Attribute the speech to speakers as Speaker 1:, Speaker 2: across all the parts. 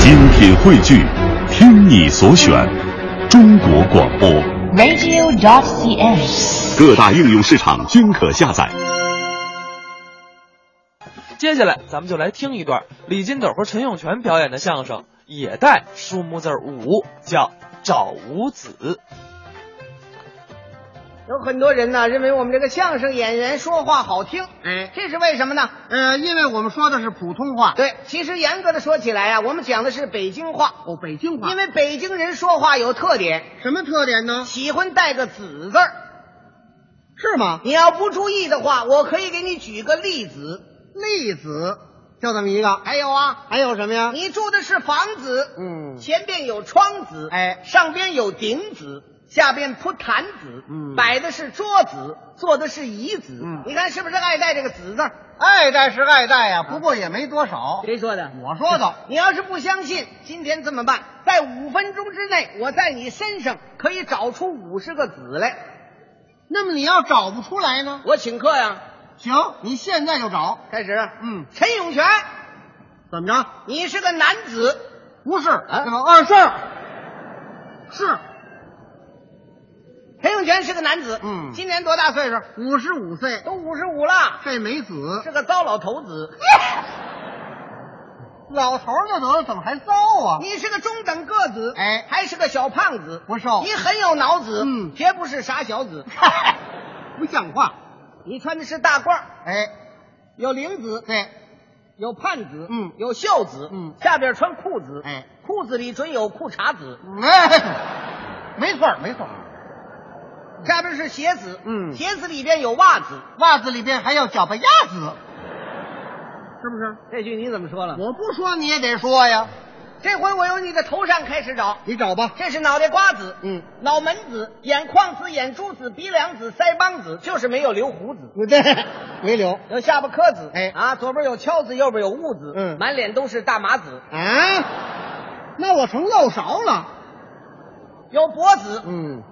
Speaker 1: 精品汇聚，听你所选，中国广播。
Speaker 2: radio.cn。
Speaker 1: 各大应用市场均可下载。
Speaker 3: 接下来咱们就来听一段李金斗和陈永泉表演的相声，也带数目字儿五，叫《找五子
Speaker 4: 有很多人呢认为我们这个相声演员说话好听，
Speaker 5: 哎，
Speaker 4: 这是为什么呢？
Speaker 5: 呃，因为我们说的是普通话，
Speaker 4: 对，其实严格的说起来啊，我们讲的是北京话，
Speaker 5: 哦，北京话，
Speaker 4: 因为北京人说话有特点，
Speaker 5: 什么特点呢？
Speaker 4: 喜欢带个“子”字儿。
Speaker 5: 是吗？
Speaker 4: 你要不注意的话，我可以给你举个例子。
Speaker 5: 例子就这么一个，
Speaker 4: 还有啊，
Speaker 5: 还有什么呀？
Speaker 4: 你住的是房子，
Speaker 5: 嗯，
Speaker 4: 前边有窗子，
Speaker 5: 哎
Speaker 4: 上边有顶子，下边铺坛子，
Speaker 5: 嗯
Speaker 4: 摆的是桌子，坐的是椅子。
Speaker 5: 嗯
Speaker 4: 你看是不是爱带这个“子”字儿？
Speaker 5: 爱戴是爱戴呀，不过也没多少。
Speaker 4: 谁说的？
Speaker 5: 我说的，
Speaker 4: 你要是不相信，今天这么办，在五分钟之内，我在你身上可以找出五十个子来。
Speaker 5: 那么你要找不出来呢？
Speaker 4: 我请客呀！
Speaker 5: 行，你现在就找。
Speaker 4: 开始，啊
Speaker 5: 嗯，
Speaker 4: 陈永泉，
Speaker 5: 怎么着？
Speaker 4: 你是个男子，
Speaker 5: 不是，
Speaker 4: 啊
Speaker 5: 那个二是，是
Speaker 4: 陈永泉是个男子，
Speaker 5: 嗯
Speaker 4: 今年多大岁数？
Speaker 5: 五十五岁，
Speaker 4: 都五十五了，
Speaker 5: 这没子，
Speaker 4: 是个糟老头子。
Speaker 5: 老头儿就得了，怎么还糟啊？
Speaker 4: 你是个中等个子，
Speaker 5: 哎
Speaker 4: 还是个小胖子，
Speaker 5: 不瘦
Speaker 4: 你很有脑子，
Speaker 5: 嗯
Speaker 4: 绝不是傻小子。
Speaker 5: 不像话。
Speaker 4: 你穿的是大褂儿，
Speaker 5: 哎，
Speaker 4: 有领子，
Speaker 5: 对，
Speaker 4: 有盼子，
Speaker 5: 嗯
Speaker 4: 有袖子，
Speaker 5: 嗯
Speaker 4: 下边穿裤子，
Speaker 5: 哎，嗯
Speaker 4: 裤子里准有裤衩子，
Speaker 5: 哎，没错儿，没错儿。
Speaker 4: 下边是鞋子，
Speaker 5: 嗯
Speaker 4: 鞋子里边有袜子。
Speaker 5: 袜子里边还有脚巴丫子，是不是？
Speaker 4: 这句你怎么说了？
Speaker 5: 我不说你也得说呀，
Speaker 4: 这回我由你的头上开始找，
Speaker 5: 你找吧。
Speaker 4: 这是脑袋瓜子，
Speaker 5: 嗯，
Speaker 4: 脑门子、眼眶子、眼珠子、鼻梁子、腮帮子，就是没有留胡子。
Speaker 5: 不嗯对，没留
Speaker 4: 有下巴磕子，
Speaker 5: 哎
Speaker 4: 啊，左边有敲子，右边有痦子，
Speaker 5: 嗯
Speaker 4: 满脸都是大麻子，
Speaker 5: 啊，那我成漏勺了。
Speaker 4: 有脖子，
Speaker 5: 嗯，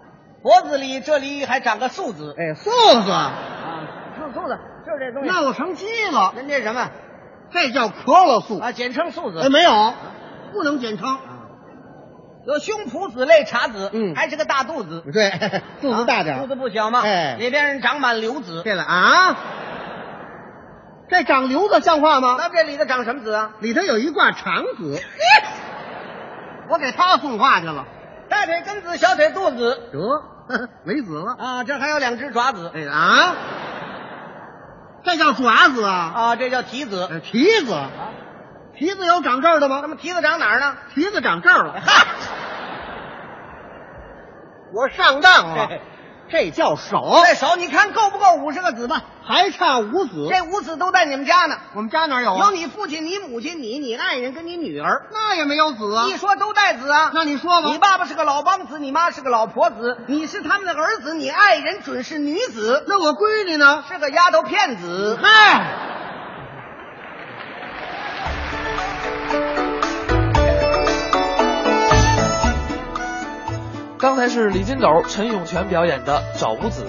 Speaker 4: 脖子里这里还长个竖子，
Speaker 5: 哎，素子，
Speaker 4: 啊，竖竖子就是这东西。
Speaker 5: 那我成鸡了，
Speaker 4: 人家什么
Speaker 5: 这叫可乐素。
Speaker 4: 啊，简称竖子。
Speaker 5: 哎，没有，不能简称。
Speaker 4: 有胸脯子、肋叉子，
Speaker 5: 嗯
Speaker 4: 还是个大肚子，
Speaker 5: 对，肚子大点
Speaker 4: 啊
Speaker 5: 儿。
Speaker 4: 肚子不小嘛，
Speaker 5: 哎
Speaker 4: 里边长满瘤子，
Speaker 5: 对了啊，这长瘤子像话吗？
Speaker 4: 那这里头长什么子啊？
Speaker 5: 里头有一挂肠子，我给他送话去了。
Speaker 4: 大腿根子、小腿肚子
Speaker 5: 得，没子了。
Speaker 4: 啊，这还有两只爪子
Speaker 5: 哎啊，这叫爪子啊，
Speaker 4: 啊，这叫蹄子。
Speaker 5: 呃蹄子，蹄子有长这儿的
Speaker 4: 那
Speaker 5: 吗？
Speaker 4: 么蹄子长哪儿呢？
Speaker 5: 蹄子长这儿了，
Speaker 4: 哈，
Speaker 5: 我上当
Speaker 4: 嘿嘿
Speaker 5: 了，这叫手，
Speaker 4: 这手你看够不够五十个子吧？
Speaker 5: 还差五子。
Speaker 4: 这五子都在你们家呢，
Speaker 5: 我们家哪有啊？
Speaker 4: 有你父亲、你母亲、你、你爱人跟你女儿。
Speaker 5: 那也没有子啊
Speaker 4: 一。说都带子啊，
Speaker 5: 那你说吧，
Speaker 4: 你爸爸是个老梆子，你妈是个老婆子，你是他们的儿子，你爱人准是女子，
Speaker 5: 那我闺女呢？
Speaker 4: 是个丫头片子。
Speaker 5: 嗨，
Speaker 3: 刚才是李金斗、陈永泉表演的《找五子》。